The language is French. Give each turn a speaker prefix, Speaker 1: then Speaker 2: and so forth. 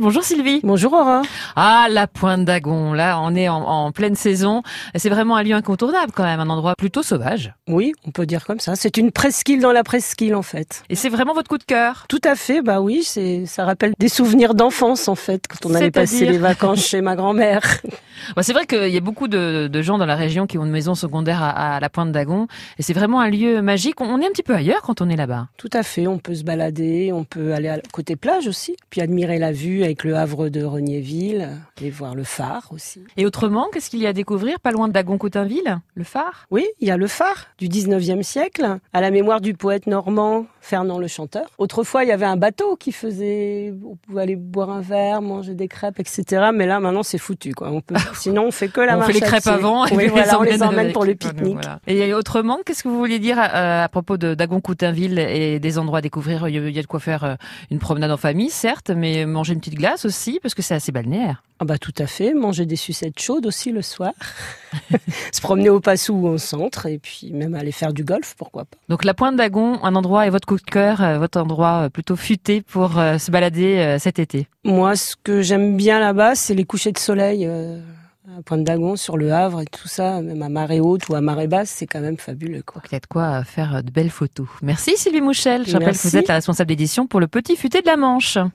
Speaker 1: Bonjour Sylvie.
Speaker 2: Bonjour Aura.
Speaker 1: Ah, la Pointe d'Agon, là on est en, en pleine saison. C'est vraiment un lieu incontournable quand même, un endroit plutôt sauvage.
Speaker 2: Oui, on peut dire comme ça. C'est une presqu'île dans la presqu'île en fait.
Speaker 1: Et c'est vraiment votre coup de cœur.
Speaker 2: Tout à fait, bah oui, c'est ça rappelle des souvenirs d'enfance en fait quand on allait passer
Speaker 1: C'est-à-dire
Speaker 2: les vacances chez ma grand-mère.
Speaker 1: Bah, c'est vrai qu'il y a beaucoup de, de gens dans la région qui ont une maison secondaire à, à la Pointe d'Agon. Et c'est vraiment un lieu magique. On est un petit peu ailleurs quand on est là-bas.
Speaker 2: Tout à fait, on peut se balader, on peut aller à côté plage aussi, puis admirer la vue avec le havre de Regnéville et voir le phare aussi.
Speaker 1: Et autrement, qu'est-ce qu'il y a à découvrir pas loin d'Agon-Coutainville Le phare
Speaker 2: Oui, il y a le phare du 19e siècle, à la mémoire du poète normand Fernand le Chanteur. Autrefois, il y avait un bateau qui faisait, on pouvait aller boire un verre, manger des crêpes, etc. Mais là, maintenant, c'est foutu, quoi. On peut, sinon, on fait que la
Speaker 1: On
Speaker 2: marche
Speaker 1: fait les
Speaker 2: à
Speaker 1: crêpes
Speaker 2: pied.
Speaker 1: avant et
Speaker 2: Oui,
Speaker 1: puis
Speaker 2: voilà, on
Speaker 1: avec.
Speaker 2: les emmène pour le
Speaker 1: Voilà,
Speaker 2: pique-nique.
Speaker 1: voilà. Et autrement, qu'est-ce que vous vouliez dire euh, à, à propos de d'Agon-Coutainville et des endroits à découvrir Il y a- il y a de quoi faire euh, une promenade en famille, certes, mais manger une petite glace aussi, parce que c'est assez balnéaire.
Speaker 2: Ah bah tout à fait, manger des sucettes chaudes aussi le soir, se promener au Passou ou au centre et puis même aller faire du golf, pourquoi pas.
Speaker 1: Donc la Pointe d'Agon, un endroit et votre coup de cœur, euh, votre endroit euh, plutôt futé pour euh, se balader euh, cet été.
Speaker 2: Moi, ce que j'aime bien là-bas, c'est les couchers de soleil euh, à Pointe d'Agon, sur le Havre et tout ça, même à marée haute ou à marée basse, c'est quand même fabuleux quoi.
Speaker 1: Donc il y a de quoi euh, faire euh, de belles photos. Merci Sylvie Mouchel. Je rappelle que
Speaker 2: Merci.
Speaker 1: vous êtes la responsable d'édition pour Le Petit Futé de la Manche.